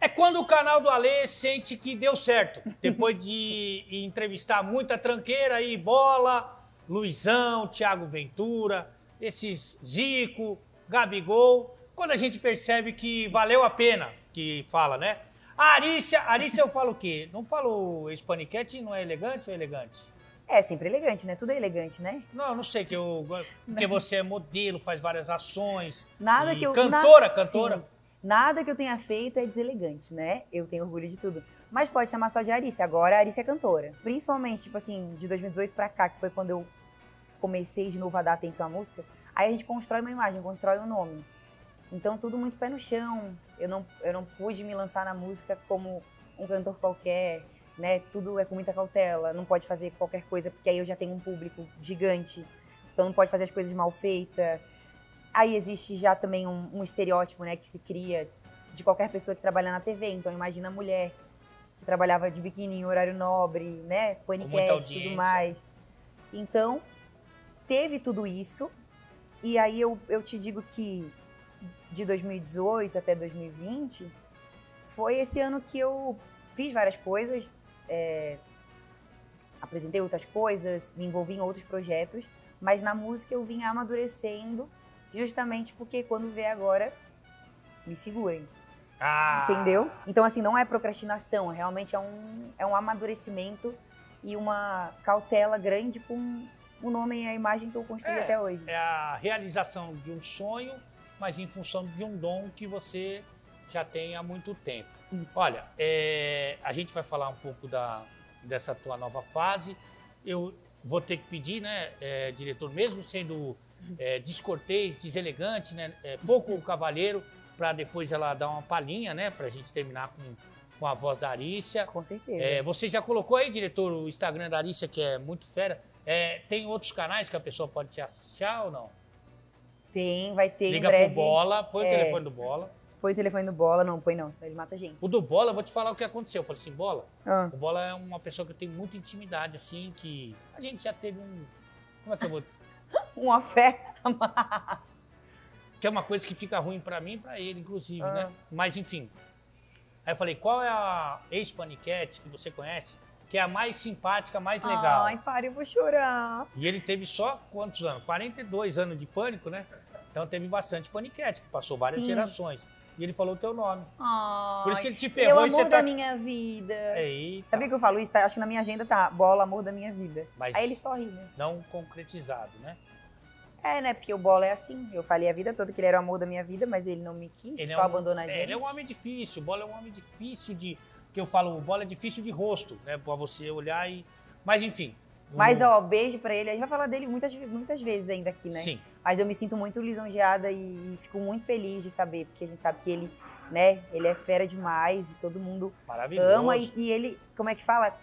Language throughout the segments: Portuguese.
É quando o canal do Alê sente que deu certo. Depois de entrevistar muita tranqueira aí, bola, Luizão, Thiago Ventura, esses Zico, Gabigol. Quando a gente percebe que valeu a pena, que fala, né? A Arícia, Arícia eu falo o quê? Não falo espaniquete, não é elegante ou é elegante? É sempre elegante, né? Tudo é elegante, né? Não, não sei que eu. Porque você é modelo, faz várias ações. Nada e que eu Hum, Cantora, na- cantora. Sim. nada que eu tenha feito é deselegante, né? Eu tenho orgulho de tudo. Mas pode chamar só de Arícia. Agora a Arícia é cantora. Principalmente, tipo assim, de 2018 pra cá, que foi quando eu comecei de novo a dar atenção à música. Aí a gente constrói uma imagem, constrói um nome. Então tudo muito pé no chão. Eu não, eu não pude me lançar na música como um cantor qualquer, né? Tudo é com muita cautela. Não pode fazer qualquer coisa, porque aí eu já tenho um público gigante. Então não pode fazer as coisas mal feitas. Aí existe já também um, um estereótipo, né, que se cria de qualquer pessoa que trabalha na TV. Então imagina a mulher que trabalhava de biquíni em horário nobre, né, paniquete e audiência. tudo mais. Então, teve tudo isso. E aí eu, eu te digo que de 2018 até 2020 foi esse ano que eu fiz várias coisas, é, apresentei outras coisas, me envolvi em outros projetos, mas na música eu vim amadurecendo justamente porque quando vê agora, me segurem, Ah, entendeu? Então, assim, não é procrastinação, realmente é um, é um amadurecimento e uma cautela grande com o nome e a imagem que eu construí É, até hoje. É a realização de um sonho, mas em função de um dom que você já tem há muito tempo. Isso. Olha, é, a gente vai falar um pouco da, dessa tua nova fase. Eu vou ter que pedir, né, é, diretor, mesmo sendo é, descortês, deselegante, né, é, pouco cavalheiro, para depois ela dar uma palhinha, né, para a gente terminar com, com a voz da Arícia. com certeza. É, você já colocou aí, diretor, o Instagram da Arícia, que é muito fera. É, tem outros canais que a pessoa pode te assistir ou não? Tem, vai ter Liga em breve. pro Bola, põe o É. telefone do Bola. Põe o telefone do Bola, não põe não, senão ele mata a gente. O do Bola, eu vou te falar o que aconteceu. Eu falei assim, Bola, Ah, O Bola é uma pessoa que eu tenho muita intimidade, assim, que a gente já teve um. Como é que eu vou. uma fé. Que é uma coisa que fica ruim pra mim e pra ele, inclusive, Ah. né? Mas enfim. Aí eu falei, qual é a ex-paniquete que você conhece que é a mais simpática, a mais legal? Ai, para, eu vou chorar. E ele teve só quantos anos? 42 anos de pânico, né? Então teve bastante paniquete, que passou várias Sim. gerações. E ele falou o teu nome. Ai, Por isso que ele te é o ferrou e amor você da tá. É. minha vida. Eita, Sabia que eu falo isso? Tá? Acho que na minha agenda tá Bola, amor da minha vida. Mas- Aí ele sorri, né? não concretizado, né? É, né? Porque o Bola é assim. Eu falei a vida toda que ele era o amor da minha vida, mas ele não me quis, Ele é só um- abandona a gente. É, ele é um homem difícil, o bola é um homem difícil de. Que eu falo, o bola é difícil de rosto, né? Pra você olhar e. Mas enfim. Hum, o- Mas, ó, beijo pra ele. A gente vai falar dele muitas, muitas vezes ainda aqui, né? Sim. Mas eu me sinto muito lisonjeada e fico muito feliz de saber, porque a gente sabe que ele, né, ele é fera demais e todo mundo Maravilhoso. ama. E, e ele, como é que fala?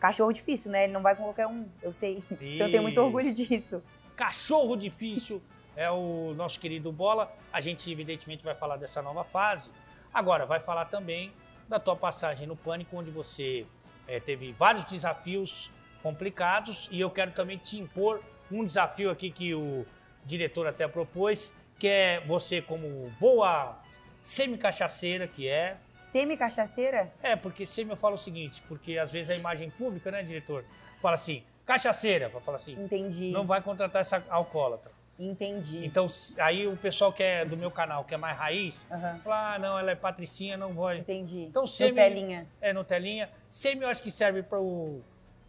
Cachorro difícil, né? Ele não vai com qualquer um, eu sei. Então eu tenho muito orgulho Isso. disso. Cachorro difícil é o nosso querido Bola. A gente, evidentemente, vai falar dessa nova fase. Agora, vai falar também da tua passagem no Pânico, onde você eh, teve vários desafios complicados. E eu quero também te impor um desafio aqui que o diretor até propôs, que é você, como boa semi-cachaceira que é. Semi-cachaceira? É, porque semi eu falo o seguinte, porque às vezes a imagem pública, né, diretor? Fala assim, cachaceira, vai falar assim, Entendi. não vai contratar essa alcoólatra. Entendi. Então, se- aí o pessoal que é do meu canal, que é mais raiz, Aham, fala, ah, não, ela é patricinha, não vai. Entendi. Então, No semi- Pelinha. É no telinha. Semi, eu acho que serve para o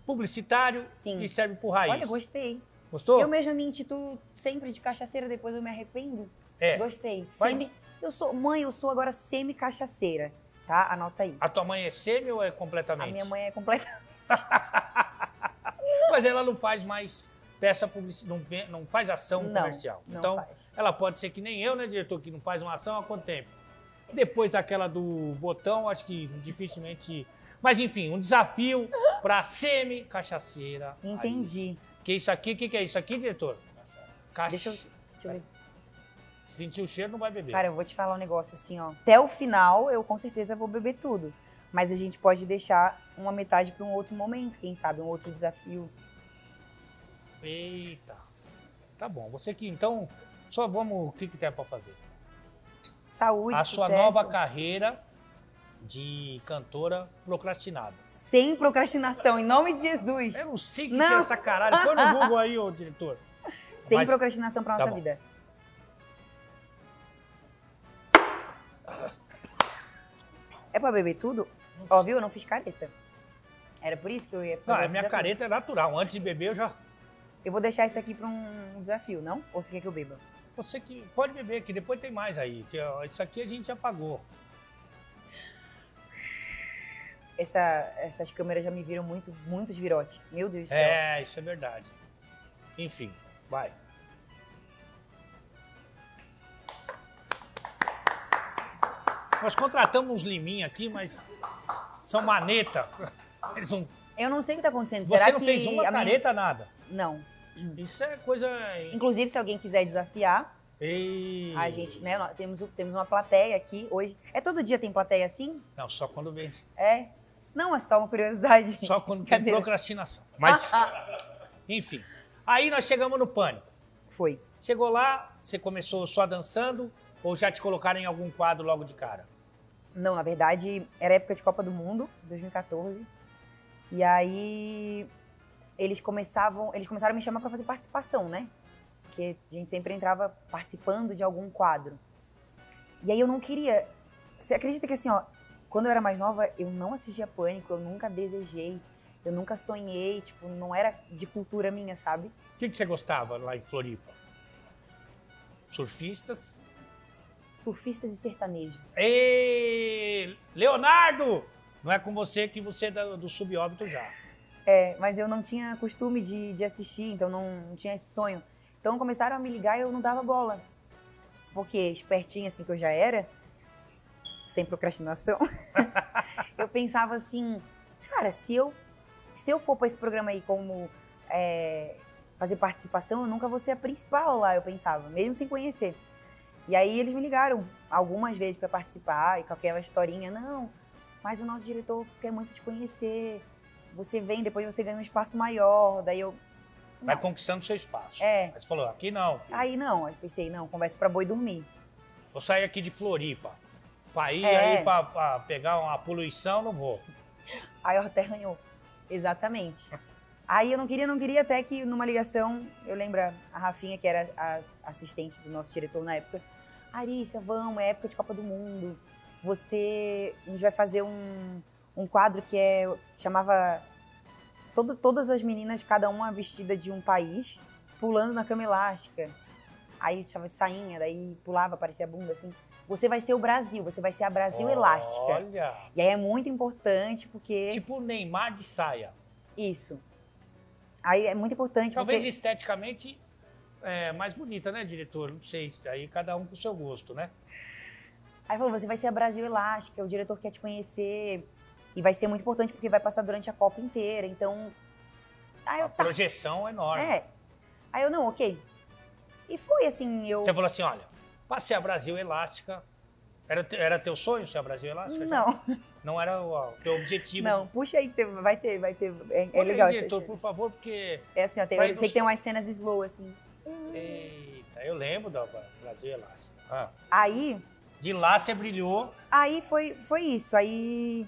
publicitário Sim. e serve pro raiz. Olha, gostei. Gostou? Eu mesma me intitulo sempre de cachaceira, depois eu me arrependo. É. Gostei. Vai- Semi... Eu sou, mãe, eu sou agora semi-cachaceira, tá? Anota aí. A tua mãe é semi ou é A completamente? minha mãe é completa. Mas ela não faz mais peça publicitária, não, vê- não faz ação Não, comercial. não então, faz. ela pode ser que nem eu, né, diretor, que não faz uma ação há quanto tempo? Depois daquela do botão, acho que dificilmente. Mas enfim, um desafio para semi-cachaceira. raiz. Entendi. Que isso aqui, o que, que é isso aqui, diretor? Cacha... Deixa eu, deixa eu ver. Sentir o cheiro, não vai beber. Cara, eu vou te falar um negócio assim, ó. Até o final, eu com certeza vou beber tudo. Mas a gente pode deixar uma metade pra um outro momento, quem sabe, um outro desafio. Eita. Tá bom, você que então, só vamos. O que, que tem pra fazer? Saúde, a sua sucesso. nova carreira de cantora procrastinada. Sem procrastinação, em nome de Jesus. Eu não sei o que, Não. que é essa caralho. Põe no Google aí, ô diretor. Sem Mas- procrastinação pra Tá nossa bom. vida. É pra beber tudo? Ó, viu? Eu não fiz careta. Era por isso que eu ia fazer Não, a o minha desafio. careta é natural. Antes de beber, eu já. Eu vou deixar isso aqui pra um desafio, não? Ou você quer que eu beba? Você que pode beber, que depois tem mais aí. Que, ó, isso aqui a gente já pagou. Essa, essas câmeras já me viram muito, muitos virotes. Meu Deus do céu. É, isso é verdade. Enfim, vai. Nós contratamos uns liminha aqui, mas são maneta. Eles não- Eu não sei o que tá acontecendo. Você Será não que fez uma a minha- Hum. careta, nada. Não. Isso é coisa. Inclusive, se alguém quiser desafiar, Ei. a gente, né? nós temos, o- temos uma plateia aqui hoje. É todo dia tem plateia assim? Não, só quando vem. É? Não, é só uma curiosidade. Só quando tem Cadê? procrastinação. Mas, enfim. Aí nós chegamos no pânico. Foi. Chegou lá, você começou só dançando ou já te colocaram em algum quadro logo de cara? Não, na verdade, era época de Copa do Mundo, 2014. E aí eles começavam, eles começaram a me chamar pra fazer participação, né? Porque a gente sempre entrava participando de algum quadro. E aí eu não queria. Você acredita que assim, ó, quando eu era mais nova, eu não assistia Pânico, eu nunca desejei, eu nunca sonhei, tipo, não era de cultura minha, sabe? O que, que você gostava lá em Floripa? Surfistas? Surfistas e sertanejos. Ei, Leonardo! Não é com você que você é da- do subóbito já. É, mas eu não tinha costume de, de assistir, então não, não tinha esse sonho. Então começaram a me ligar e eu não dava bola. Porque, espertinha assim que eu já era, sem procrastinação, eu pensava assim, cara, se eu, se eu for pra esse programa aí como é, fazer participação, eu nunca vou ser a principal lá, eu pensava, mesmo sem conhecer. E aí eles me ligaram algumas vezes pra participar e com aquela historinha, não, mas o nosso diretor quer muito te conhecer, você vem, depois você ganha um espaço maior, daí eu... Vai Não. conquistando seu espaço. É. Mas falou, aqui não, filho. Aí não, aí pensei, não, conversa pra boi dormir. Vou sair aqui de Floripa. Pra ir É. aí pra, pra pegar uma poluição, não vou. Aí eu até arranhou. Exatamente. Aí eu não queria, não queria, até que numa ligação, eu lembro a Rafinha, que era a assistente do nosso diretor na época. Arícia, vamos, é época de Copa do Mundo. Você. A gente vai fazer um, um quadro que é. que chamava. todo- todas as meninas, cada uma vestida de um país, pulando na cama elástica. Aí tava de sainha, daí pulava, parecia a bunda assim. Você vai ser o Brasil, você vai ser a Brasil um elástica. Olha. E aí é muito importante porque. Tipo Neymar de saia. Isso. Aí é muito importante Talvez Tipo você. esteticamente é, mais bonita, né, diretor? Não sei. isso Aí cada um com o seu gosto, né? Aí falou: você vai ser a Brasil Elástica, é o diretor quer te conhecer. E vai ser muito importante porque vai passar durante a Copa inteira. Então. Aí eu A tá. projeção é enorme. É. Aí eu não, ok. E foi assim, eu. Você falou assim, olha, passei a Brasil Elástica. Era, te- era teu sonho ser a Brasil Elástica? Já? Não, Não era o, o teu objetivo. não, puxa aí que você vai ter, vai ter. É, é Olha aí, legal. essa- diretor, essa- por favor, porque... É assim, ó, tem, Vai eu no- sei que tem umas cenas slow, assim. Eita, eu lembro da Bra- Brasil Elástica. Ah, Aí, De lá você brilhou. Aí foi, foi isso. Aí.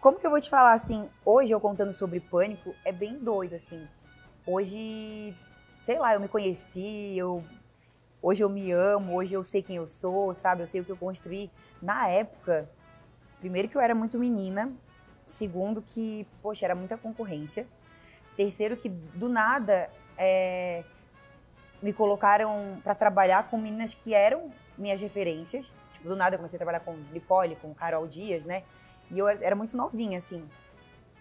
Como que eu vou te falar assim? Hoje eu contando sobre pânico é bem doido, assim. Hoje, sei lá, eu me conheci, eu. Hoje eu me amo, hoje eu sei quem eu sou, sabe? Eu sei o que eu construí. Na época, primeiro que eu era muito menina, segundo que, poxa, era muita concorrência, terceiro que do nada é, me colocaram pra trabalhar com meninas que eram minhas referências. Tipo, do nada eu comecei a trabalhar com Nicole, com Carol Dias, né? E eu era era muito novinha, assim.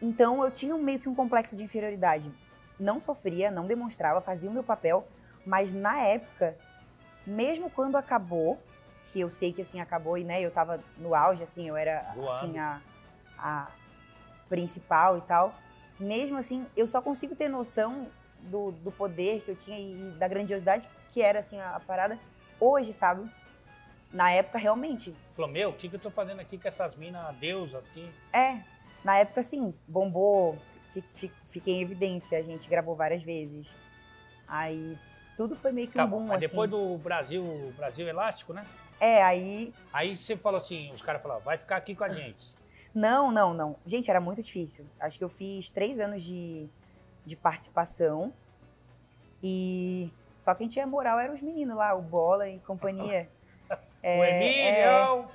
Então eu tinha um- meio que um complexo de inferioridade. Não sofria, não demonstrava, fazia o meu papel, mas na época, mesmo quando acabou, que eu sei que assim acabou e né, eu tava no auge, assim, eu era Voando. assim a, a principal e tal. Mesmo assim, eu só consigo ter noção do, do poder que eu tinha e, e da grandiosidade que era assim a, a parada hoje, sabe? Na época realmente Falou, meu, o que, que eu tô fazendo aqui com essas minas deusas aqui? É, na época sim, bombou, fi- fi- fiquei em evidência, a gente gravou várias vezes. Aí tudo foi meio que um Tá bom. boom, Mas assim. depois do Brasil, Brasil Elástico, né? É, aí. Aí você falou assim, os caras falaram, vai ficar aqui com a gente. Não, não, não. Gente, era muito difícil. Acho que eu fiz três anos de, de participação. E só quem tinha moral eram os meninos lá, o Bola e companhia. o Emílio...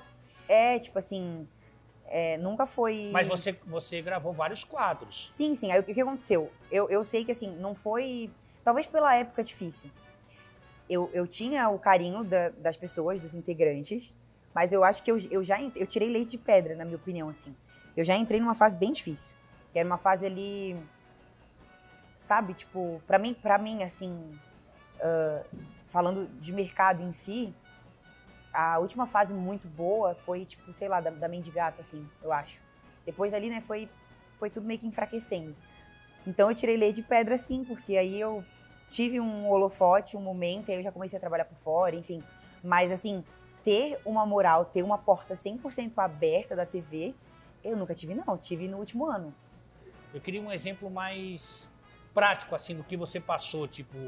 É, tipo assim. é, nunca foi. Mas você, você gravou vários quadros. Sim, sim. Aí o que, que aconteceu? Eu, eu sei que assim, não foi. Talvez pela época difícil. Eu, eu tinha o carinho da- das pessoas, dos integrantes, mas eu acho que eu, eu já en- eu tirei leite de pedra, na minha opinião, assim. Eu já entrei numa fase bem difícil. Que era uma fase ali. Sabe, tipo, pra mim, pra mim assim. ah, falando de mercado em si, a última fase muito boa foi, tipo, sei lá, da, da mendigata, assim, eu acho. Depois ali, né, foi, foi tudo meio que enfraquecendo. Então eu tirei lei de pedra, assim, porque aí eu tive um holofote, um momento, e aí eu já comecei a trabalhar por fora, enfim. Mas, assim, ter uma moral, ter uma porta 100% aberta da TV, eu nunca tive, não. Eu tive no último ano. Eu queria um exemplo mais prático, assim, do que você passou, tipo,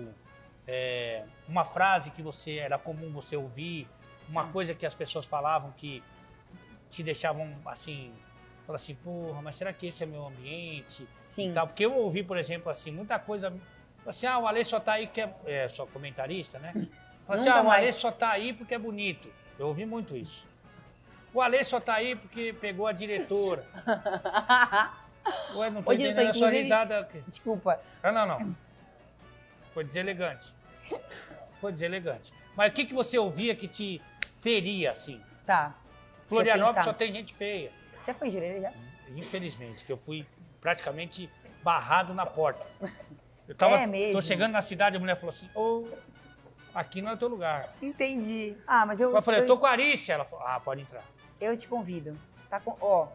é, uma frase que você era comum você ouvir, uma Hum. coisa que as pessoas falavam que te deixavam assim, falar assim, porra, mas será que esse é meu ambiente? Sim. e tal. Porque eu ouvi, por exemplo, assim, muita coisa. Assim, ah, o Ale só tá aí que é. É, só comentarista, né? Fala assim, Hum. Nunca ah, o mais. Ale só tá aí porque é bonito. Eu ouvi muito isso. O Ale só tá aí porque pegou a diretora. Ué, não tô Ô, entendendo diretor, a sua inclusive- risada. Desculpa. Ah, não, não. Foi deselegante. Foi deselegante. Mas o que, que você ouvia que te feria, assim? Tá. Florianópolis pensar. só tem gente feia. Já foi jureira, já? Infelizmente, que eu fui praticamente barrado na porta. Eu tava, É mesmo? tô chegando na cidade, a mulher falou assim, ô, aqui não é teu lugar. Entendi. Ah, mas eu... Eu falei, eu tô com a Arícia. Ela falou, ah, pode entrar. Eu te convido. Tá com, ó,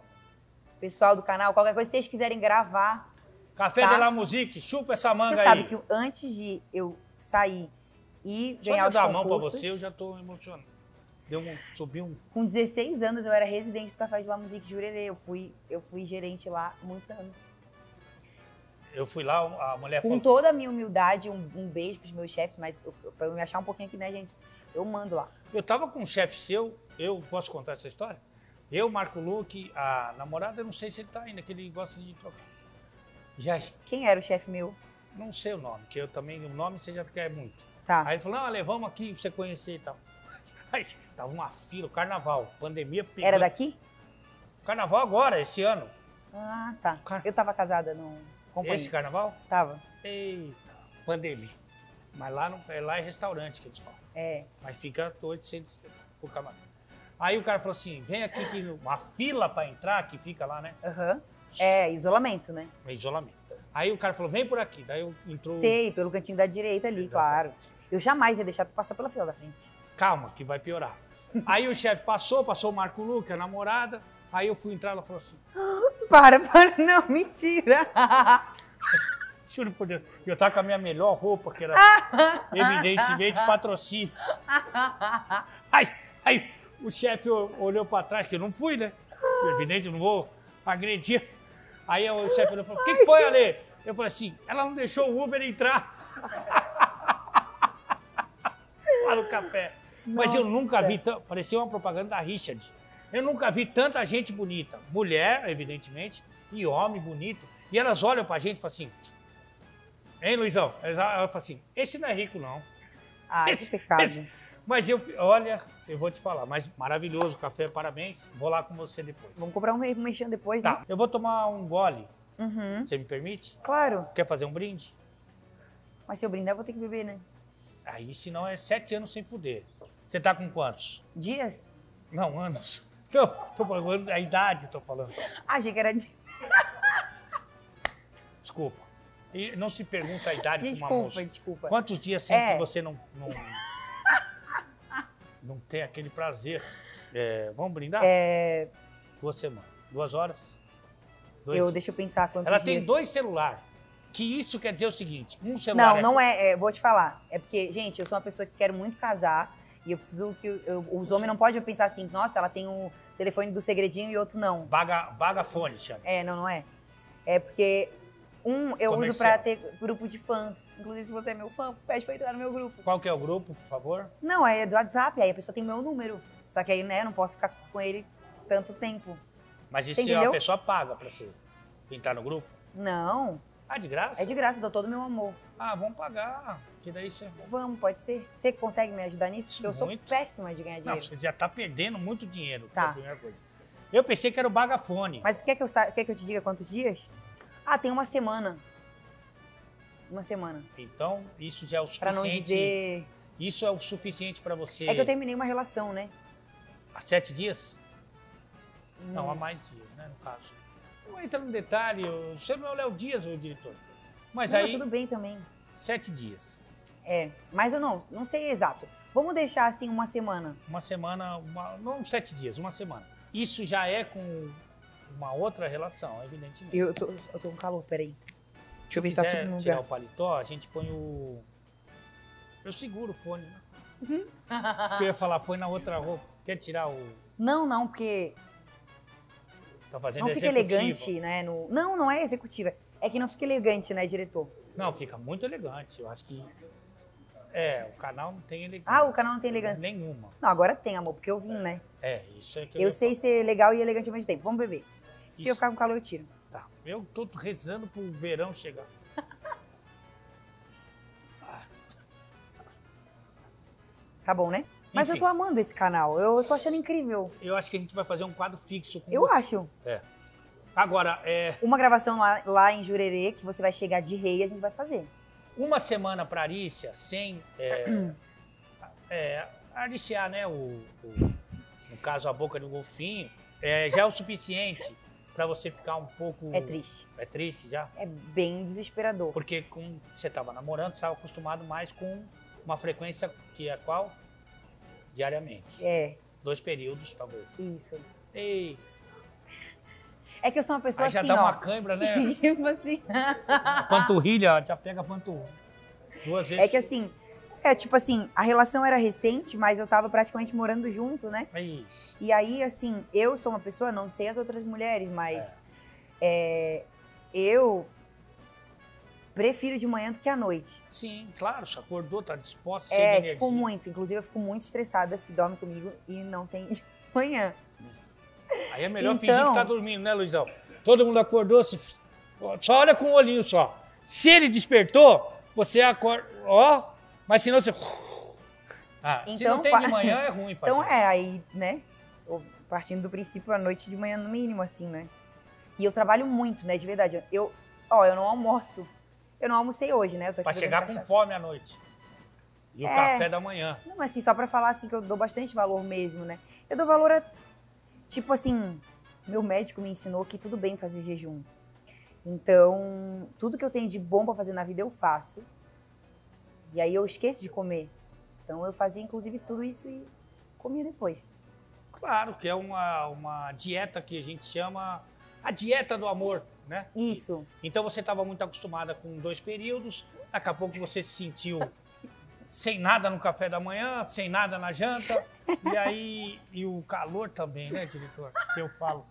pessoal do canal, qualquer coisa que vocês quiserem gravar. Café Tá. de la Musique, chupa essa manga você aí. sabe que antes de eu sair e Só de ganhar eu os dar a concursos, mão pra você, eu já tô emocionado. Deu um, subiu um... com 16 anos eu era residente do Café de La Musique Jurerê. Eu fui, eu fui gerente lá há muitos anos. Eu fui lá, a mulher Com falou, toda a minha humildade, um, um beijo pros meus chefes, mas eu, pra eu me achar um pouquinho aqui, né, gente? Eu mando lá. eu tava com um chefe seu, eu posso contar essa história? Eu, Marco Luque, a namorada, eu não sei se ele tá ainda, que ele gosta de trocar. Já, Quem era o chefe meu? não sei o nome, que eu também, o nome você já quer muito. Tá. Aí ele falou, não, Ale, vamos aqui pra você conhecer e tal. Aí tava uma fila, o carnaval, pandemia pegando. Era daqui? Carnaval agora, esse ano. Ah, tá. Cara- Eu tava casada no companheiro. Esse carnaval? Tava. Eita, pandemia. Mas lá, não, é, lá é restaurante que eles falam. É. Mas fica 800 por camarim. Aí o cara falou assim, vem aqui que no- uma fila pra entrar, que fica lá, né? Aham. É, isolamento, né? É Isolamento. Aí o cara falou, vem por aqui. Daí eu- entrou... Sei, pelo cantinho da direita ali, Exatamente. claro. Eu jamais ia deixar tu passar pela fila da frente. calma, que vai piorar. Aí o chefe passou, passou o Marco Luca, a namorada. Aí eu fui entrar, ela falou assim, Para, para, não, mentira. Juro por Deus. Eu tava com a minha melhor roupa, que era evidentemente patrocínio. Aí, aí o chefe o- olhou pra trás, que eu não fui, né? Evidente, eu não vou agredir. Aí o chefe olhou e falou: O que, que foi, Ale? Eu falei assim: ela não deixou o Uber entrar. Para o café. Mas eu Nossa. nunca vi. tan- Parecia uma propaganda da Richard. Eu nunca vi tanta gente bonita. Mulher, evidentemente, e homem bonito. E elas olham pra gente e falam assim: Hein, Luizão? Elas- Ela fala assim: esse não é rico, não. Ah, que Esse- pecado. esse- Mas eu, olha, eu vou te falar, mas maravilhoso o café, parabéns. Vou lá com você depois. Vamos comprar um me- merchan depois, né? Tá, eu vou tomar um gole. Uhum. Você me permite? Claro, Quer fazer um brinde? mas se eu brindar, eu vou ter que beber, né? Aí, senão, é sete anos sem fuder. Você tá com quantos? Dias? Não, anos. Não, tô falando a idade, tô falando. Ah, achei que era dias. Desculpa. E não se pergunta a idade de uma Desculpa, moça. desculpa. Quantos dias sem É. que você não, não, não tem aquele prazer? É, vamos brindar? É, Duas semanas. Duas horas? Dois eu, dias. deixa eu pensar quantos Ela dias. tem dois celulares. Que isso quer dizer o seguinte: um celular. Não, é- não é, é, Vou te falar. É porque, gente, eu sou uma pessoa que quero muito casar. E eu preciso que. eu- os homens não podem pensar assim, nossa, ela tem o telefone do segredinho e outro não. Baga, bagafone, chama. É, não, não é. É porque Um eu uso Comercial. pra ter grupo de fãs. Inclusive, se você é meu fã, pede pra entrar no meu grupo. Qual que é o grupo, por favor? Não, é do WhatsApp, aí a pessoa tem o meu número. Só que aí, né, eu não posso ficar com ele tanto tempo. Mas isso é Entendeu? uma pessoa paga pra você entrar no grupo? Não, Ah, de graça? é de graça, eu dou todo o meu amor. Ah, vamos pagar. Que daí você. Vamos, pode ser? Você consegue me ajudar nisso? Porque eu sou Muito. péssima de ganhar Não, dinheiro. você já tá perdendo muito dinheiro. Tá. Tá. A primeira coisa. Eu pensei que era o bagafone. Mas quer que, eu sa... quer que eu te diga quantos dias? Ah, tem uma semana. Uma semana. Então, isso já é o suficiente. Pra não dizer. Isso é o suficiente pra você. É que eu terminei uma relação, né? Há sete dias? Não, há Hum. mais dias, né, no caso. Não entra no detalhe, eu- você não é o Léo Dias, o diretor. Mas Não, aí, tudo bem também. sete dias. É, mas eu não, não sei exato. Vamos deixar assim uma semana. Uma semana, uma- não sete dias, uma semana. Isso já é com uma outra relação, evidentemente. Eu tô, eu tô com calor, peraí. Deixa eu ver se, tá quiser tudo no tirar lugar. o paletó, a gente põe o... Eu seguro o fone, né? Uhum. Porque eu ia falar, põe na outra roupa. Quer tirar o... Não, não, porque Tá fazendo não fica executivo. elegante, né? no- Não, não é executiva. É que não fica elegante, né, diretor? Não, fica muito elegante. Eu acho que... É, o canal não tem elegância. Ah, o canal não tem elegância. Nenhuma. Não, agora tem, amor, porque eu vim, né? É, isso é que eu... Eu sei ser legal e elegante ao mesmo tempo. Vamos beber. Se eu Isso. ficar com calor, eu tiro. Tá, eu tô rezando pro verão chegar. Tá bom, né? Mas eu Enfim. tô amando esse canal. Eu tô achando incrível. Eu acho que a gente vai fazer um quadro fixo com Eu você. acho. Agora, é, Uma gravação lá, lá em Jurerê, que você vai chegar de rei, a gente vai fazer. uma semana pra Arícia sem... É, é, ariciar, né, o, o- No caso, a boca de um golfinho, é, já é o suficiente pra você ficar um pouco... É triste. É triste já? É bem desesperador. Porque com, você tava namorando, você estava acostumado mais com uma frequência que é qual? Diariamente. É, Dois períodos, talvez. isso. Ei, É que eu sou uma pessoa aí já assim, dá ó. uma cãibra, né? tipo assim. A panturrilha, já pega a panturrilha. Duas vezes. É que assim, é tipo assim, a relação era recente, mas eu tava praticamente morando junto, né? É isso. E aí, assim, eu sou uma pessoa, não sei as outras mulheres, mas é, eu prefiro de manhã do que à noite. Sim, claro, você acordou, tá disposto, cheio É, de tipo, energia. muito. Inclusive, eu fico muito estressada se dorme comigo e não tem de manhã. Aí é melhor Então- fingir que tá dormindo, né, Luizão? Todo mundo acordou, se... só olha com o olhinho só. Se ele despertou, você acorda, ó, mas senão você... Ah, se Então, não tem pa- de manhã, é ruim, Então parceiro. é, aí, né? eu- partindo do princípio, a noite de manhã no mínimo, assim, né? E eu trabalho muito, né? De verdade. Eu, ó, eu não almoço. Eu não almocei hoje, né? Eu tô aqui Pra bebendo chegar com cachaça. fome à noite. E o É. café da manhã. Não, mas assim, só pra falar assim que eu dou bastante valor mesmo, né? Eu dou valor a. Tipo assim, meu médico me ensinou que tudo bem fazer jejum. Então, tudo que eu tenho de bom pra fazer na vida eu faço. E aí eu esqueço de comer. Então eu fazia inclusive tudo isso e comia depois. Claro, que é uma, uma dieta que a gente chama a dieta do amor, né? Isso. Então você estava muito acostumada com dois períodos, daqui a pouco você se sentiu sem nada no café da manhã, sem nada na janta, e aí e o calor também, né, diretor? Que eu falo.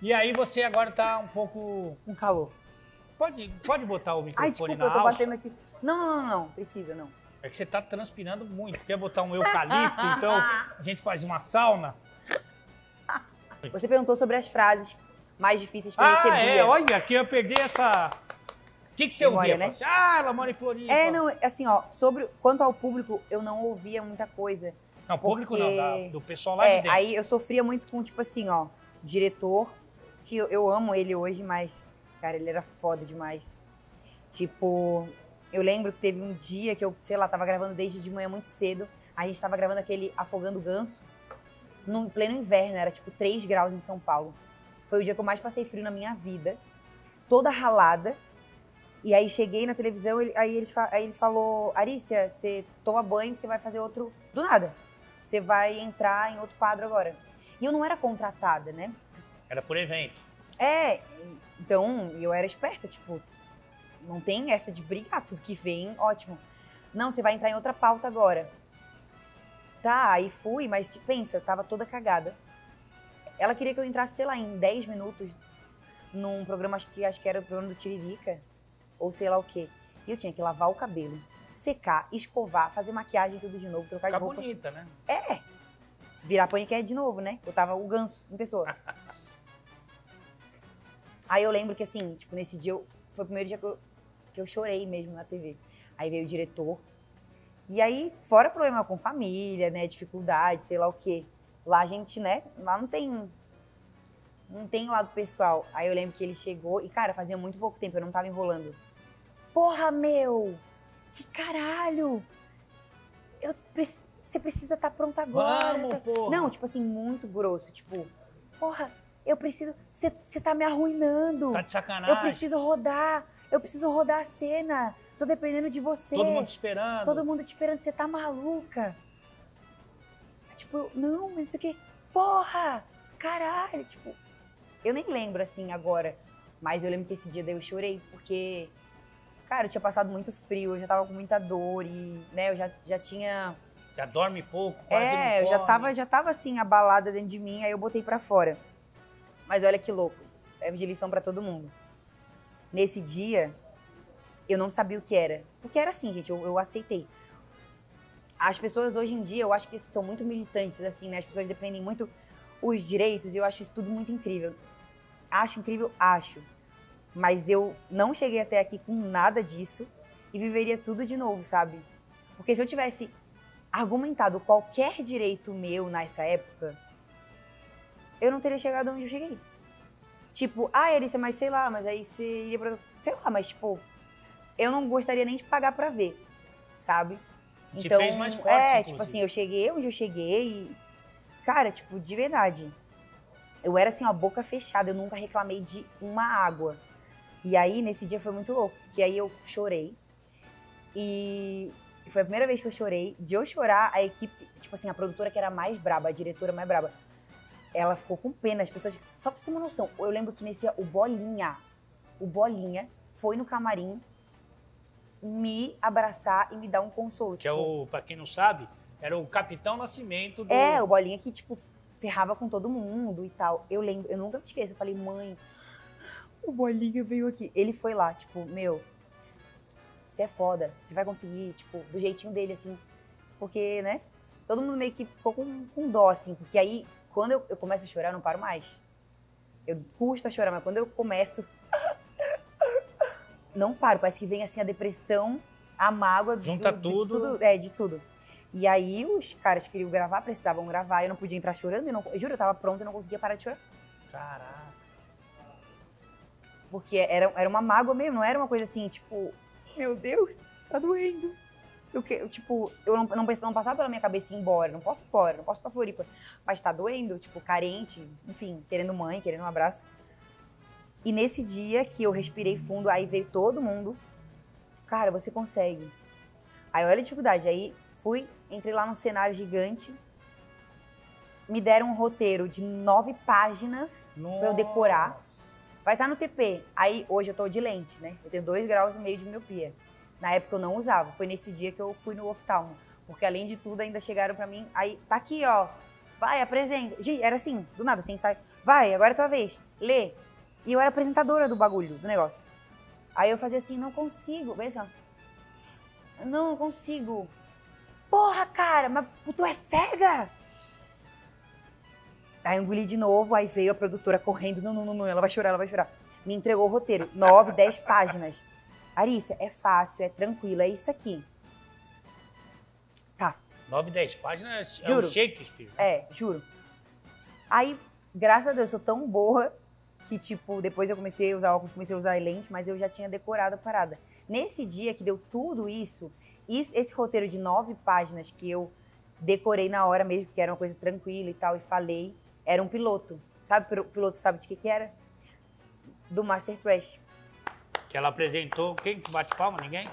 E aí você agora tá um pouco Um calor. pode pode botar o microfone Ai, desculpa, na eu tô alça. batendo aqui. Não, não, não, não. Precisa, não. É que você tá transpirando muito. Quer botar um eucalipto, então a gente faz uma sauna. Você perguntou sobre as frases mais difíceis que eu Ah, recebia. é, olha, que eu peguei essa. O que, que você Memória, ouvia? né? Fala assim, Ah, ela mora em Floripa. É, não, assim, ó, sobre quanto ao público, eu não ouvia muita coisa. Não, público não, da- do pessoal lá de É, dentro. aí eu sofria muito com, tipo assim, ó, o diretor, que eu, eu amo ele hoje, mas, cara, ele era foda demais. Tipo, eu lembro que teve um dia que eu, sei lá, tava gravando desde de manhã muito cedo, a gente tava gravando aquele Afogando o Ganso, no em pleno inverno, era tipo 3 graus em São Paulo. Foi o dia que eu mais passei frio na minha vida, toda ralada. E aí cheguei na televisão, ele- aí, eles fa- aí ele falou, Arícia, você toma banho, você vai fazer outro... Do nada. Você vai entrar em outro quadro agora. E eu não era contratada, né? Era por evento. É, então eu era esperta, tipo, não tem essa de brigar, tudo que vem, ótimo. Não, você vai entrar em outra pauta agora. Tá, aí fui, mas tipo, pensa, eu tava toda cagada. Ela queria que eu entrasse, sei lá, em 10 minutos. num programa, acho que, acho que era o programa do Tiririca, ou sei lá o quê. E eu tinha que lavar o cabelo, secar, escovar, fazer maquiagem tudo de novo, trocar Fica de roupa. bonita, né? Virar paniquete de novo, né? Eu tava o ganso em pessoa. Aí eu lembro que assim, tipo, nesse dia, eu, foi o primeiro dia que eu, que eu chorei mesmo na TV. Aí veio o diretor. E aí, fora problema com família, né? Dificuldade, sei lá o quê. Lá a gente, né? Lá não tem. Não tem um lado pessoal. Aí eu lembro que ele chegou e, cara, fazia muito pouco tempo, eu não tava enrolando. Porra, meu! Que caralho! Eu, preci- você precisa estar pronta agora. Vamos, essa- porra! Não, tipo assim, muito grosso. Tipo, porra, eu preciso. Você você tá me arruinando. Tá de Eu sacanagem. preciso rodar. Eu preciso rodar a cena. Tô dependendo de você. Todo mundo te esperando. Todo mundo te esperando. Você tá maluca? Tipo, não, mas isso aqui. Porra! Caralho! Tipo, eu nem lembro assim agora. Mas eu lembro que esse dia daí eu chorei, porque. Cara, eu tinha passado muito frio, eu já tava com muita dor e, né, eu já, já tinha Já dorme pouco, quase não é, eu já come. tava, já tava assim, abalada dentro de mim, aí eu botei pra fora. Mas olha que louco, serve de lição pra todo mundo. Nesse dia, eu não sabia o que era. Porque era assim, gente, eu, eu aceitei. As pessoas hoje em dia, eu acho que são muito militantes, assim, né? As pessoas defendem muito os direitos e eu acho isso tudo muito incrível. Acho incrível? Acho. Mas eu não cheguei até aqui com nada disso e viveria tudo de novo, sabe? Porque se eu tivesse argumentado qualquer direito meu nessa época, eu não teria chegado onde eu cheguei. Tipo, ah, Erissa, mas sei lá, mas aí você iria pra. Sei lá, mas tipo, eu não gostaria nem de pagar pra ver, sabe? Te fez mais forte, É, inclusive. tipo assim, eu cheguei onde eu cheguei e. Cara, tipo, de verdade. Eu era assim, ó, boca fechada, eu nunca reclamei de uma água. E aí, nesse dia foi muito louco, porque aí eu chorei. E foi a primeira vez que eu chorei. De eu chorar, a equipe, tipo assim, a produtora que era mais braba, a diretora mais braba, ela ficou com pena. As pessoas. Só pra você ter uma noção, eu lembro que nesse dia o Bolinha, o Bolinha foi no camarim me abraçar e me dar um consolo. Que é tipo, o, pra quem não sabe, era o Capitão Nascimento do. é, o Bolinha que, tipo, ferrava com todo mundo e tal. Eu lembro, eu nunca me esqueço. Eu falei, mãe, o Bolinha veio aqui. Ele foi lá, tipo, meu, você é foda, você vai conseguir, tipo, do jeitinho dele, assim. Porque, né, todo mundo meio que ficou com, com dó, assim. Porque aí, quando eu, eu começo a chorar, eu não paro mais. Eu custa chorar, mas quando eu começo. Não paro, parece que vem assim a depressão, a mágoa do- Junta do- de tudo. tudo. É, de tudo. E aí os caras queriam gravar, precisavam gravar, eu não podia entrar chorando, eu, não, eu juro, eu tava pronta, eu não conseguia parar de chorar. Caraca. Porque era, era uma mágoa mesmo, não era uma coisa assim, tipo, meu Deus, tá doendo. Eu, que- eu, tipo, eu não, não, pens- não passava pela minha cabeça ir embora, não posso ir embora, não posso ir pra Floripa. Mas tá doendo, tipo, carente, enfim, querendo mãe, querendo um abraço. E nesse dia que eu respirei fundo, aí veio todo mundo. Cara, você consegue. Aí olha a dificuldade. Aí fui, entrei lá num cenário gigante. Me deram um roteiro de nove páginas pra eu decorar. Nossa. Vai estar no TP. Aí hoje eu tô de lente, né? Eu tenho dois graus e meio de miopia. Na época eu não usava. Foi nesse dia que eu fui no oftalmo. Porque além de tudo, ainda chegaram pra mim. Aí tá aqui, ó. Vai, apresenta. Gente, era assim, do nada, sem ensaio. Vai, agora é tua vez. Lê. E eu era apresentadora do bagulho, do negócio. Aí eu fazia assim, não consigo. Bem assim, ó. Não consigo. Porra, cara, mas tu é cega? Aí eu engoli de novo, aí veio a produtora correndo. Não, não, não, não, ela vai chorar, ela vai chorar. Me entregou o roteiro, nove, dez páginas. Arícia, é fácil, é tranquilo, é isso aqui. Tá, 9, 10 páginas é o Juro. Shakespeare. é, juro. Aí, graças a Deus, eu sou tão boa que, tipo, depois eu comecei a usar óculos, comecei a usar lente, mas eu já tinha decorado a parada. Nesse dia que deu tudo isso, isso- esse roteiro de nove páginas que eu decorei na hora mesmo, que era uma coisa tranquila e tal, e falei, era um piloto. Sabe, pil- piloto sabe de que que era? Do Master Trash. Que ela apresentou. Quem que bate palma? Ninguém?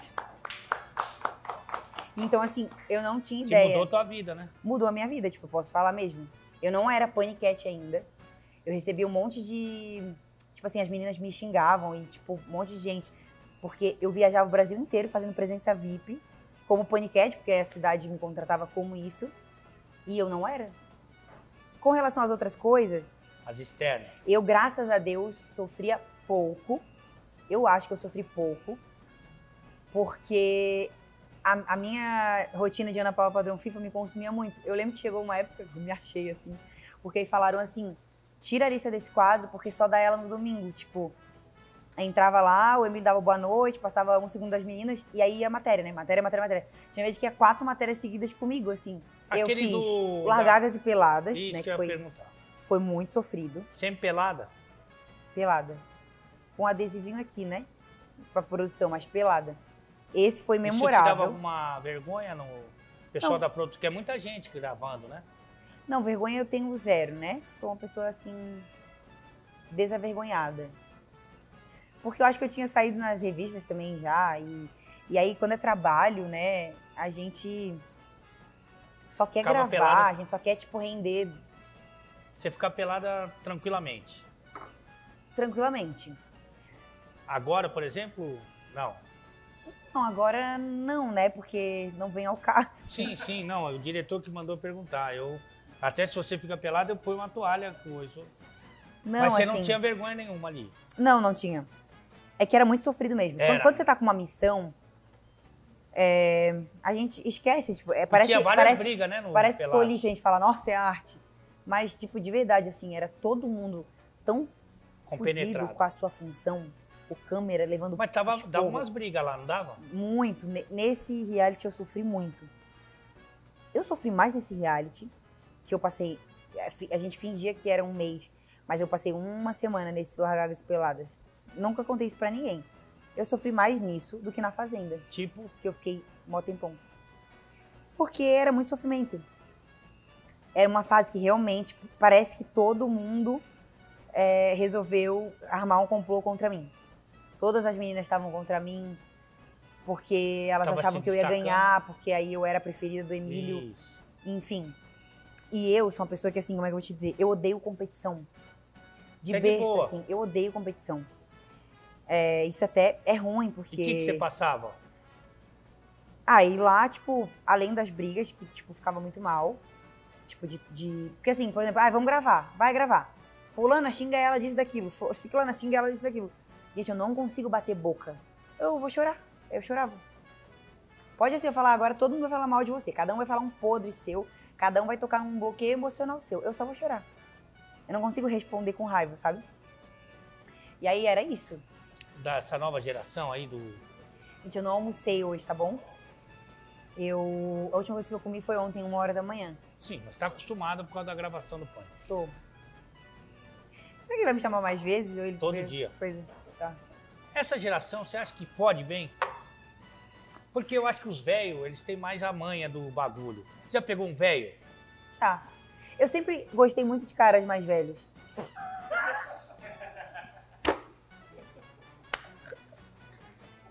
Então, assim, eu não tinha Que ideia. mudou tua vida, né? mudou a minha vida, tipo, eu posso falar mesmo. Eu não era paniquete ainda. Eu recebi um monte de. Tipo assim, as meninas me xingavam e, tipo, um monte de gente. Porque eu viajava o Brasil inteiro fazendo presença VIP, como paniquete, porque a cidade me contratava como isso. E eu não era. Com relação às outras coisas, As externas. Eu, graças a Deus, sofria pouco. Eu acho que eu sofri pouco, porque a, a minha rotina de Ana Paula Padrão FIFA me consumia muito. Eu lembro que chegou uma época que eu me achei assim, porque aí falaram assim: tira a Arissa desse quadro, porque só dá ela no domingo. Tipo, entrava lá, o Emílio dava boa noite, passava um segundo das meninas, e aí a matéria, né? Matéria, matéria, matéria. Tinha vez que ia quatro matérias seguidas comigo, assim. eu Aquele fiz do- Largagas e Peladas, Isso né? que Que eu ia foi, perguntar. foi muito sofrido. Sempre pelada? Pelada. Com adesivinho aqui, né? Pra produção, mas pelada. Esse foi Isso te dava um- memorável. alguma vergonha no pessoal Não. da produção? Porque é muita gente gravando, né? Não, vergonha eu tenho zero, né? Sou uma pessoa assim. desavergonhada. Porque eu acho que eu tinha saído nas revistas também já. E, e aí, quando é trabalho, né? A gente só quer Acaba gravar, pelada. a gente só quer, tipo, render Você fica pelada tranquilamente. tranquilamente. Agora, por exemplo, não. Não, agora não, né? Porque não vem ao caso. Sim, sim, não. É o diretor que mandou perguntar. Eu até se você fica pelada, eu ponho uma toalha com isso. Não, Mas você assim, não tinha vergonha nenhuma ali. Não, não tinha. É que era muito sofrido mesmo. Quando, Era. quando você tá com uma missão, é, a gente esquece, tipo, é, parece, tinha várias parece, brigas, né? No parece pelado. tolice a gente fala, nossa, é arte. Mas, tipo, de verdade, assim, era todo mundo tão fudido Compenetrado. com a sua função, o câmera levando Mas tava, esporro. dava umas brigas lá, não dava? Muito. Ne- Nesse reality eu sofri muito. Eu sofri mais nesse reality, que eu passei. a fi- A gente fingia que era um mês, mas eu passei uma semana nesse Largadas e Peladas. Nunca contei isso pra ninguém. Eu sofri mais nisso do que na Fazenda, Tipo, que eu fiquei mó tempão. Porque era muito sofrimento. Era uma fase que realmente parece que todo mundo é, resolveu armar um complô contra mim. Todas as meninas estavam contra mim, porque elas Tava se achavam que eu ia destacando. ganhar, porque aí eu era a preferida do Emílio, isso. enfim. E eu sou uma pessoa que, assim, como é que eu vou te dizer? Eu odeio competição. De Você é de berço, boa. assim, eu odeio competição. É, isso até é ruim, E o porque. que, que você passava? Aí lá, tipo, além das brigas, que, tipo, ficava muito mal. Tipo, de. de- Porque assim, por exemplo, ah, vamos gravar, vai gravar. Fulana xinga ela disso e daquilo. Fu- Ciclana xinga ela disso e daquilo. Gente, eu não consigo bater boca. Eu vou chorar. Eu chorava. Pode assim, eu falar agora, todo mundo vai falar mal de você. Cada um vai falar um podre seu. Cada um vai tocar um bloqueio emocional seu. Eu só vou chorar. Eu não consigo responder com raiva, sabe? E aí era isso. Dessa nova geração aí do. Gente, eu não almocei hoje, tá bom? Eu. A última coisa que eu comi foi ontem, uma hora da manhã. Sim, mas tá acostumado por causa da gravação do pânico. Tô. Será que ele vai me chamar mais vezes? Ou ele Todo vai- dia. Pois é, tá. Essa geração, você acha que fode bem? Porque eu acho que os velhos, eles têm mais a manha do bagulho. Você já pegou um velho? Tá. Eu sempre gostei muito de caras mais velhos.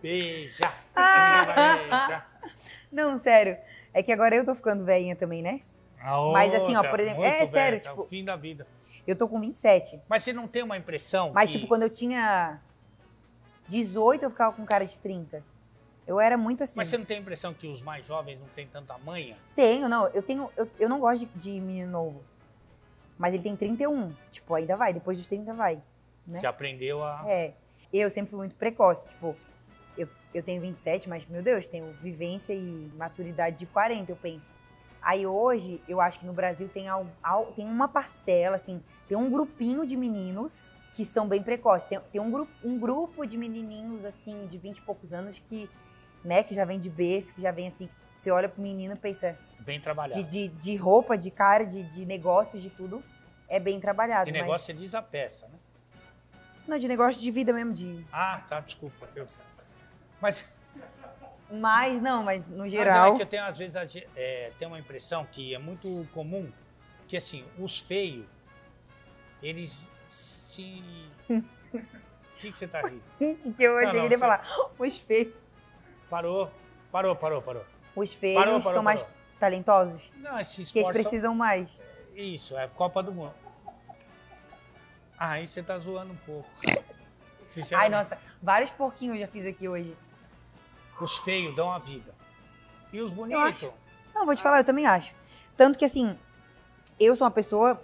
Beija! Beija! Não, sério. É que agora eu tô ficando velhinha também, né? A Mas assim, ó, outra, por exemplo, muito é velha, sério, tá tipo- o fim da vida. Eu tô com 27. Mas você não tem uma impressão Mas, que tipo, quando eu tinha 18, eu ficava com cara de 30. Eu era muito assim. Mas você não tem a impressão que os mais jovens não têm tanta manha? Tenho, não. Eu tenho. Eu, eu não gosto de, de menino novo. Mas ele tem 31. Tipo, ainda vai. Depois dos 30 vai. Né? Já aprendeu a. É. Eu sempre fui muito precoce. Tipo, eu, eu tenho 27, mas, meu Deus, tenho vivência e maturidade de 40, eu penso. Aí hoje, eu acho que no Brasil tem, al, al- tem uma parcela, assim, tem um grupinho de meninos que são bem precoces. Tem, tem um, gru, um grupo de menininhos, assim, de 20 e poucos anos que, né, que já vem de berço, que já vem assim, que você olha pro menino e pensa, bem trabalhado. É, de, de, de roupa, de cara, de, de negócios, de tudo, é bem trabalhado. De mas- negócio, você diz a peça, né? Não, de negócio de vida mesmo, de... Ah, tá, desculpa. eu- Mas Mas, não, mas no Mas geral... É que eu tenho, às vezes, a ge- é, tenho uma impressão que é muito comum que, assim, os feios, eles se... O que, que você tá rindo? que eu Não, achei não, que ele ia você- falar, os feios. Parou, parou, parou, parou. Os feios Parou, parou, são mais parou. talentosos, Não, esses que eles esforçam... precisam mais. Isso, é Copa do Mundo. Ah, aí você tá zoando um pouco. é Ai, Sinceramente, nossa, vários porquinhos eu já fiz aqui hoje. os feios dão a vida. E os bonitos? acho. Não, vou te falar, eu também acho. Tanto que, assim, eu sou uma pessoa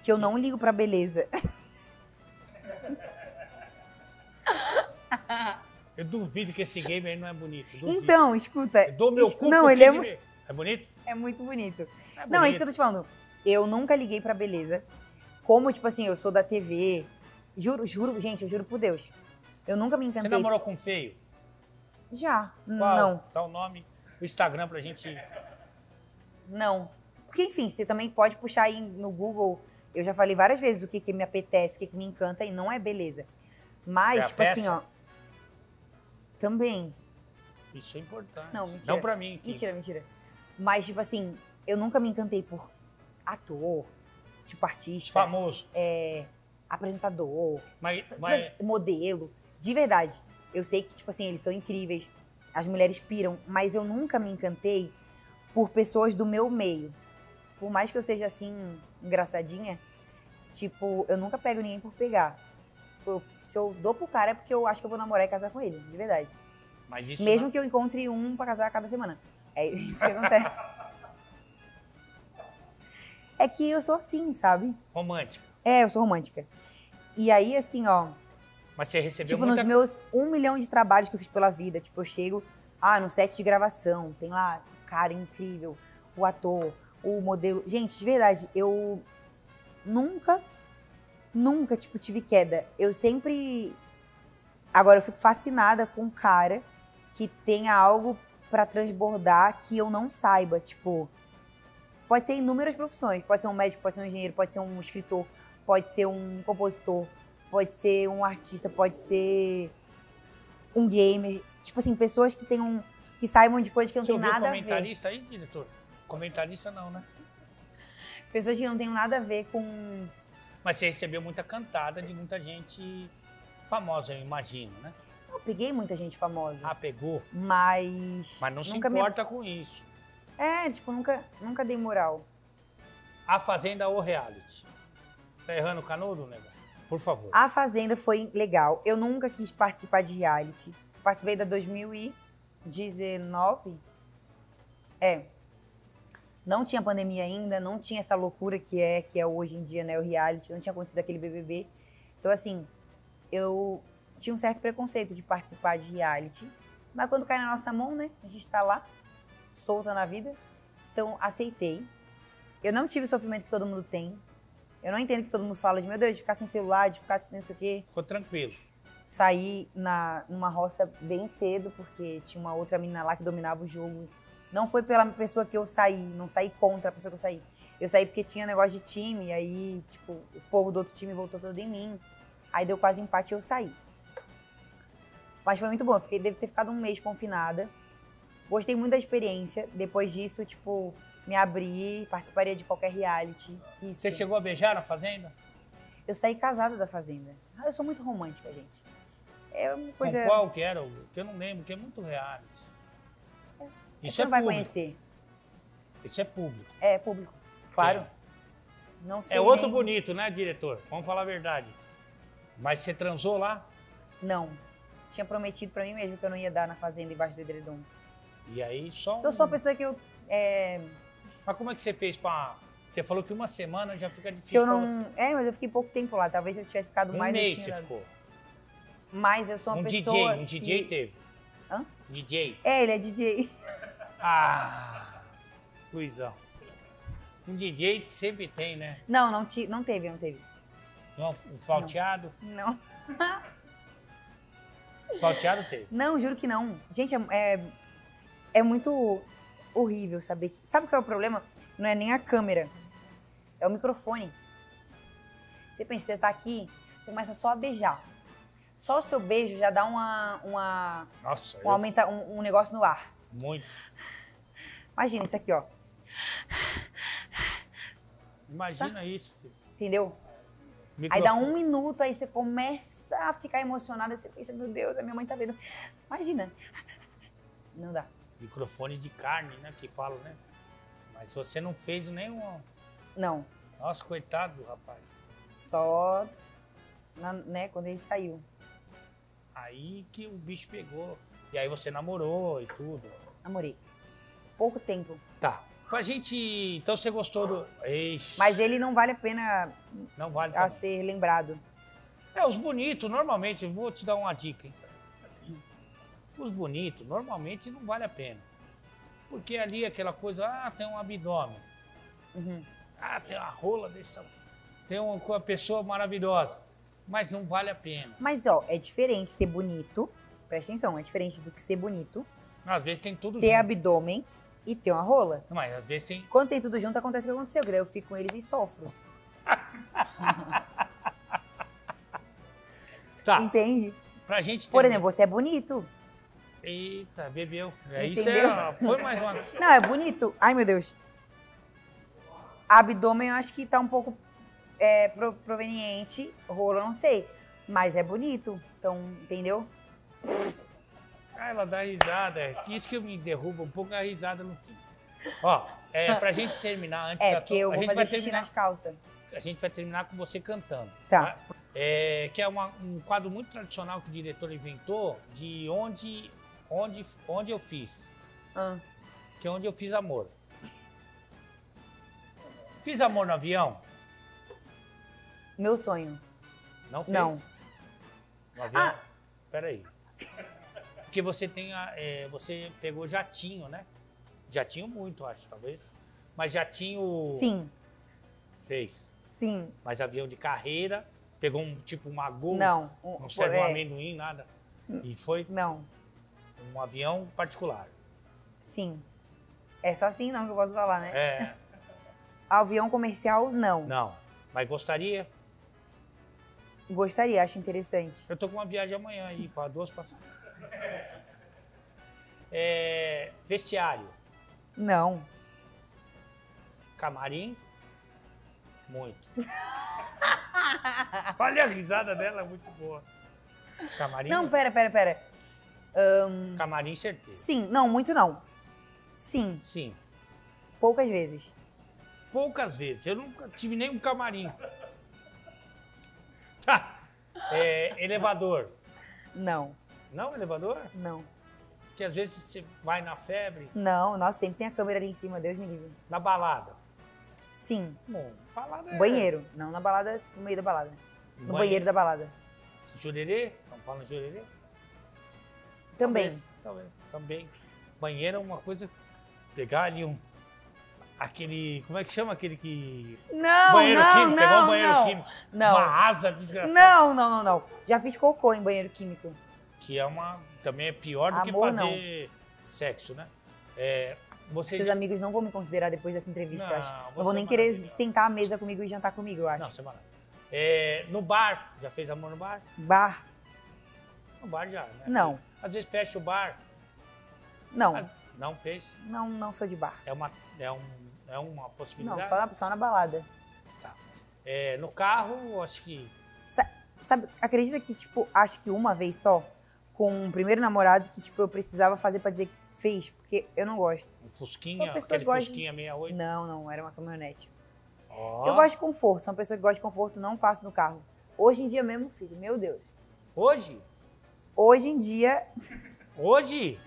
que eu não ligo pra beleza. Eu duvido que esse gamer não é bonito. Duvido. Então, escuta. Eu dou meu es- cu não, pro ele é, Kid mu- Me- É bonito? é muito bonito. É Não, é isso que bonito. eu tô te falando. Eu nunca liguei pra beleza. Como, tipo assim, eu sou da TV. Juro, juro, gente, eu juro por Deus. Eu nunca me Você encantei. namorou com um feio? Já. Qual? Não, Dá o nome, o Instagram pra gente. não. Porque, enfim, você também pode puxar aí no Google. Eu já falei várias vezes do que, que me apetece, o que, que me encanta e não é beleza. Mas, É a tipo assim, peça? ó. Também. Isso é importante. Não, mentira. Não pra mim. que- Mentira, mentira. Mas, tipo assim, eu nunca me encantei por ator, tipo artista, Famoso. é, apresentador, Mas, Sabe, mas modelo. De verdade. Eu sei que, tipo assim, eles são incríveis. As mulheres piram, mas eu nunca me encantei por pessoas do meu meio. Por mais que eu seja assim, engraçadinha, tipo, eu nunca pego ninguém por pegar. Tipo, eu- se eu dou pro cara é porque eu acho que eu vou namorar e casar com ele, de verdade. Mas isso Mesmo não- que eu encontre um pra casar a cada semana. É isso que acontece. é que eu sou assim, sabe? romântico. É, eu sou romântica. E aí, assim, ó, Mas você recebeu tipo, muita nos meus um milhão de trabalhos que eu fiz pela vida, tipo, eu chego, ah, no set de gravação, tem lá o cara incrível, o ator, o modelo. Gente, de verdade, eu nunca, nunca, tipo, tive queda. Eu sempre. Agora eu fico fascinada com um cara que tenha algo pra transbordar que eu não saiba. Tipo, pode ser inúmeras profissões. Pode ser um médico, pode ser um engenheiro, pode ser um escritor, pode ser um compositor, pode ser um artista, pode ser um gamer. Tipo assim, pessoas que tenham. que saibam de coisas que não Você tem ouviu o nada a ver. comentarista aí, diretor? Comentarista não, né? Pessoas que não tenham nada a ver com. Mas você recebeu muita cantada de muita gente famosa, eu imagino, né? Eu peguei muita gente famosa. Ah, pegou. Mas. Mas não se nunca me- importa com isso. É, tipo, nunca, nunca dei moral. A Fazenda ou reality? Tá errando o canudo, nego? Por favor. A Fazenda foi legal. Eu nunca quis participar de reality. Participei da 2019. É. Não tinha pandemia ainda, não tinha essa loucura que é que é hoje em dia, né, o reality, não tinha acontecido aquele BBB. Então assim, eu tinha um certo preconceito de participar de reality, mas quando cai na nossa mão, né, a gente tá lá solta na vida. Então aceitei. Eu não tive o sofrimento que todo mundo tem. Eu não entendo que todo mundo fala de, meu Deus, de ficar sem celular, de ficar sem não sei o quê Ficou tranquilo. saí na, numa roça bem cedo, porque tinha uma outra menina lá que dominava o jogo. Não foi pela pessoa que eu saí, não saí contra a pessoa que eu saí. Eu saí porque tinha negócio de time, aí, tipo, o povo do outro time voltou todo em mim. Aí deu quase empate e eu saí. Mas foi muito bom, eu fiquei, deve ter ficado um mês confinada. Gostei muito da experiência. Depois disso, tipo, me abri, participaria de qualquer reality. Isso. Você chegou a beijar na Fazenda? Eu saí casada da Fazenda. Ah, eu sou muito romântica, gente. É uma coisa. Com qual que era? o- Que eu não lembro, que é muito reality. Isso Você é não vai público. conhecer. Isso é público. É público. Claro. É. Não sei. É outro nem- bonito, né, diretor? Vamos falar a verdade. Mas você transou lá? Não. Tinha prometido pra mim mesmo que eu não ia dar na fazenda embaixo do edredom. E aí só um... Eu sou uma pessoa que eu. É, Mas como é que você fez pra... Você falou que uma semana já fica que eu difícil não. pra você. É, mas eu fiquei pouco tempo lá. Talvez se eu tivesse ficado Um mais. eu mês tinha você dado. ficou. Mas eu sou uma Um pessoa. DJ, um que- DJ teve. Hã? DJ. É, ele é DJ. Ah, Luizão. Um DJ sempre tem, né? Não, não, ti... não teve, não teve. Um um flauteado. Não. Flauteado teve. Não, juro que não. Gente, é, é, é muito horrível saber que. Sabe qual é o problema? Não é nem a câmera, é o microfone. Você pensa, você tá aqui, você começa só a beijar. Só o seu beijo já dá uma, uma, Nossa, um, eu... aumenta, um, um negócio no ar. muito. Imagina isso aqui, ó. Imagina isso. filho. Entendeu? Tá. Aí Microfone. dá um minuto, aí você começa a ficar emocionada, você pensa, meu Deus, a minha mãe tá vendo. Imagina. Não dá. Microfone de carne, né? Que falam, né? Mas você não fez nenhum. Não. Nossa, coitado do rapaz. Só na- né, quando ele saiu. Aí que o bicho pegou. E aí você namorou e tudo. Namorei. Pouco tempo. Tá. Pra gente. Então você gostou do. Ixi, Mas ele não vale a pena não vale. a também. ser lembrado. É, os bonitos, normalmente, eu vou te dar uma dica, hein? Os bonitos, normalmente, não vale a pena. Porque ali é aquela coisa, ah, tem um abdômen, Uhum. ah, tem uma rola desse tamanho, tem uma, uma pessoa maravilhosa, mas não vale a pena. Mas, ó, é diferente ser bonito. Presta atenção, é diferente do que ser bonito, Às vezes tem tudo ter junto, abdômen e ter uma rola. mas às vezes tem... Quando tem tudo junto, acontece o que aconteceu, que daí eu fico com eles e sofro. Tá, Entende? pra gente... Por ter- exemplo, você é bonito. Eita, bebeu. É, Isso Entendeu? é... Foi mais uma... Não, é bonito. Ai, meu Deus. Abdômen eu acho que tá um pouco é, pro- proveniente. Rola, eu não sei. Mas é bonito. Então, entendeu? Ah, ela dá risada. é. Isso que me derruba um pouco, é a risada no fim. Ó, é, pra gente terminar antes É, da porque tua- eu Tá a vou gente fazer vai xixi terminar nas calças. a gente vai terminar com você cantando. Tá. É, que é uma- um quadro muito tradicional que o diretor inventou de onde, onde, onde eu fiz. Ah. Que é onde eu fiz amor. Fiz amor no avião? Meu sonho. Não fez? Não. No avião? Ah. Peraí. Porque você tem a, é, Você pegou jatinho, né? Jatinho muito, acho, talvez. Mas jatinho Sim, fez. sim. Mas avião de carreira, pegou um tipo uma Gol. Não. Um- Não serve é, um amendoim, nada. E foi Não, um avião particular. sim. É só assim não que eu posso falar, né? É, Avião comercial, não. não. Mas gostaria. Gostaria, acho interessante. Eu tô com uma viagem amanhã aí, para duas passagens. É, vestiário, Não. camarim, muito. Olha a risada dela, é muito boa. Camarim, Não, pera, pera, pera. camarim certeza. Sim, não, muito não. Sim, Sim. poucas vezes. Poucas vezes. Eu nunca tive nenhum camarim. Tá. É, elevador. Não, Não, elevador? não. Porque às vezes você vai na febre, Não, nossa, sempre tem a câmera ali em cima, Deus me livre. na balada. Sim, Bom, balada é. banheiro. Não na balada, no meio da balada. No banheiro da balada. Jurerê? Não falam jurerê? Também. Talvez, talvez, também. Banheiro é uma coisa. Pegar ali um. Aquele. Como é que chama aquele que. Não, banheiro não, químico? pegar um não, banheiro não. químico. Não. Uma asa desgraçada. Não, não, não, não. Já fiz cocô em banheiro químico. Que é uma. Também é pior do que Amor, fazer sexo, né? É, você. Seus amigos não vão me considerar depois dessa entrevista, Não, eu acho. você Não vão é nem querer maravilhosa. sentar à mesa comigo e jantar comigo, eu Não, acho. semana. É, no bar, já fez amor no bar? Bar, No bar já, né? não. Às vezes fecha o bar. Não, Ah, Não fez? não, não sou de bar. É uma, é um, é uma Não, possibilidade? só na, só na balada. É, no carro, acho que. Sabe, acredita que, tipo, acho que uma vez só, com o primeiro namorado, que, tipo, eu precisava fazer pra dizer que fez, porque eu não gosto. Um Sou Fusquinha, uma pessoa aquele que gosta de- Fusquinha 68. Não, não, era uma caminhonete. Ó, Eu gosto de conforto, sou uma pessoa que gosta de conforto, não faço no carro. Hoje em dia mesmo, filho, meu Deus. Hoje? Hoje em dia, Hoje?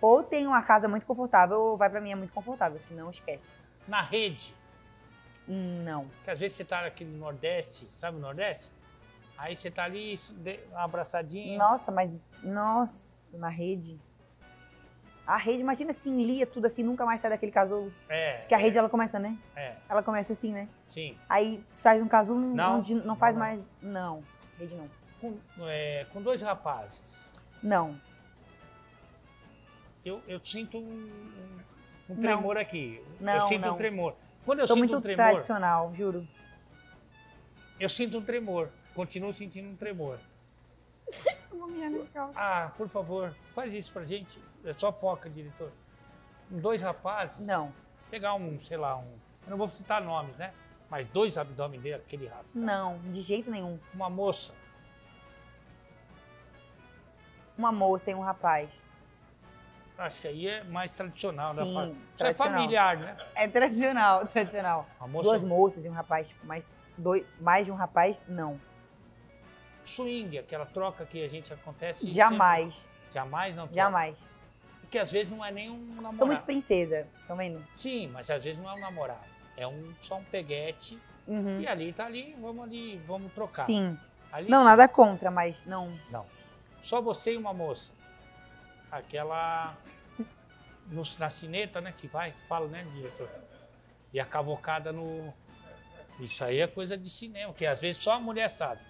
ou tem uma casa muito confortável, ou vai pra mim é muito confortável, se não, esquece. Na rede. Não. Porque às vezes você tá aqui no Nordeste, sabe o Nordeste? Aí você tá ali de- abraçadinho. Nossa, mas. Nossa, na rede. A rede, imagina assim, lia tudo assim, nunca mais sai daquele casulo. É, Porque a rede ela começa, né? é, Ela começa assim, né? sim. Aí sai de um casulo, não, Não. não, de- não faz Não, não. mais. Não, rede não. Com, é, com dois rapazes. Não. Eu, eu sinto um, um Não. tremor aqui. eu Não, sinto um não. tremor. Quando eu Sou sinto muito um tremor, tradicional, juro. eu sinto um tremor. Continuo sentindo um tremor. Vou mijar nas calças. Ah, por favor, faz isso pra gente. É só foca, diretor. Com Dois rapazes. Não, Pegar um, sei lá, um. Eu não vou citar nomes, né? Mas dois abdômen dele, aquele rasca. não, de jeito nenhum. Uma moça. Uma moça e um rapaz. Acho que aí é mais tradicional, né? Sim, Fa- Isso é tradicional. familiar, né? É tradicional, tradicional. Uma moça Duas moças e um rapaz, tipo, mas dois, mais de um rapaz, não. swing, aquela troca que a gente acontece. sempre. Jamais, Jamais não troca. jamais. Porque às vezes não é nem um namorado. Sou muito princesa, vocês estão vendo? Sim, mas às vezes não é um namorado. É um, só um peguete. Uhum. E ali tá ali, vamos ali, vamos trocar. Sim. Ali Não, sim. nada contra, mas não. Não. Só você e uma moça. Aquela. no- na cineta, né? Que vai, fala, né, diretor? E a cavocada no. Isso aí é coisa de cinema, que às vezes só a mulher sabe.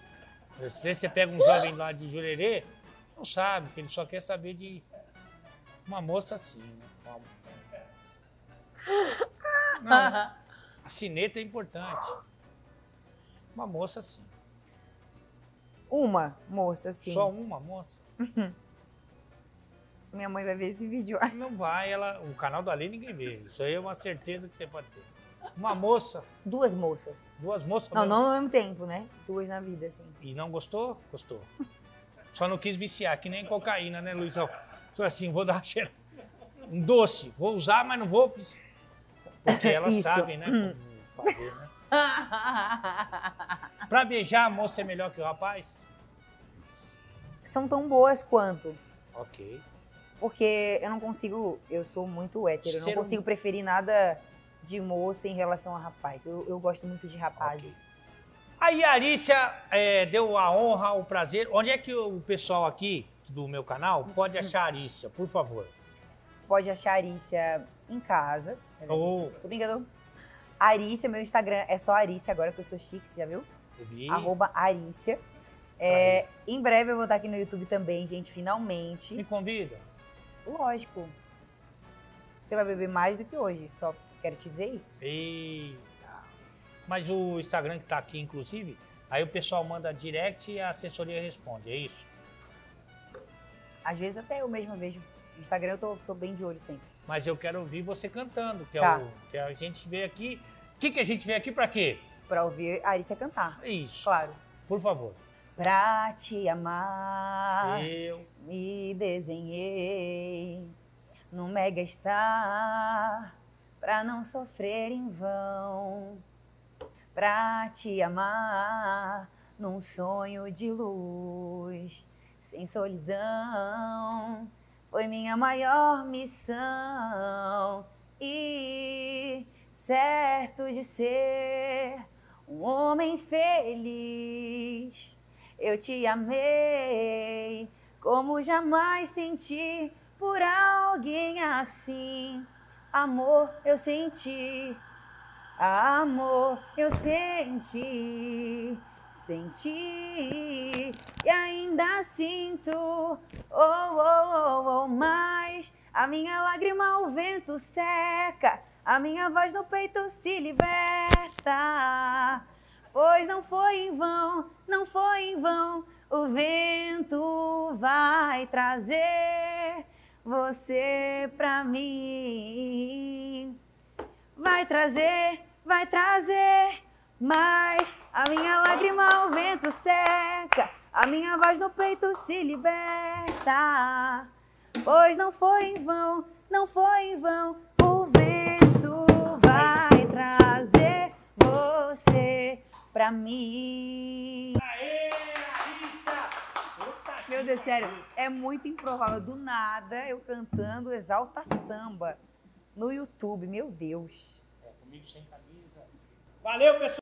Às vezes você pega um jovem lá de jurerê, não sabe, que ele só quer saber de uma moça assim, né? Uma- Não, a cineta é importante. Uma moça assim. Uma moça, assim. Só uma moça. Minha mãe vai ver esse vídeo. Não vai, ela. O canal do Ali ninguém vê. Isso aí é uma certeza que você pode ter. Uma moça, Duas moças. duas moças. Não, mesmo. não ao mesmo tempo, né? Duas na vida, assim. E não gostou? Gostou. Só não quis viciar, que nem cocaína, né, Luizão? Só assim, vou dar uma cheira. Um doce, vou usar, mas não vou. vici- Porque elas Isso. Hum. sabem, né? Como fazer, né? Pra beijar a moça é melhor que o rapaz? São tão boas quanto. Ok. Porque eu não consigo. Eu sou muito hétero. Eu não Ser um- consigo preferir nada de moça em relação a rapaz. Eu, eu gosto muito de rapazes. A Iarícia eh, deu a honra, o prazer. Onde é que o pessoal aqui do meu canal Hum. pode achar a Arícia, por favor? Pode achar a Arícia em casa. Ou Tô brincando. Arícia, meu Instagram é só Arícia agora, que eu sou chique, você já viu? Ouvi. Arroba Arícia. É, em breve eu vou estar aqui no YouTube também, gente, finalmente. Me convida. Lógico. Você vai beber mais do que hoje, só quero te dizer isso. Eita. Mas o Instagram que tá aqui, inclusive, aí o pessoal manda direct e a assessoria responde, é isso? Às vezes até eu mesma vejo. No Instagram eu tô, tô bem de olho sempre. Mas eu quero ouvir você cantando, que, Tá. é o, que a gente veio aqui. O que, que a gente veio aqui pra quê? Pra ouvir a Arícia cantar, Isso, claro. por favor. Pra te amar. Eu. Me desenhei no mega star pra não sofrer em vão, pra te amar num sonho de luz, sem solidão. Foi minha maior missão e certo de ser um homem feliz. Eu te amei como jamais senti por alguém assim. Amor eu senti, amor eu senti, senti e ainda sinto. Oh, oh, oh, oh, mas a minha lágrima ao vento seca, a minha voz no peito se liberta. Pois não foi em vão, não foi em vão, o vento vai trazer você pra mim. Vai trazer, vai trazer, mas a minha lágrima o vento seca, a minha voz no peito se liberta. Pois não foi em vão, não foi em vão, o vento vai trazer você pra mim. Aê, Arícia! Meu Deus, sério, é muito improvável. Do nada, eu cantando Exalta Samba no YouTube, meu Deus. É, Comigo sem camisa. Valeu, pessoal!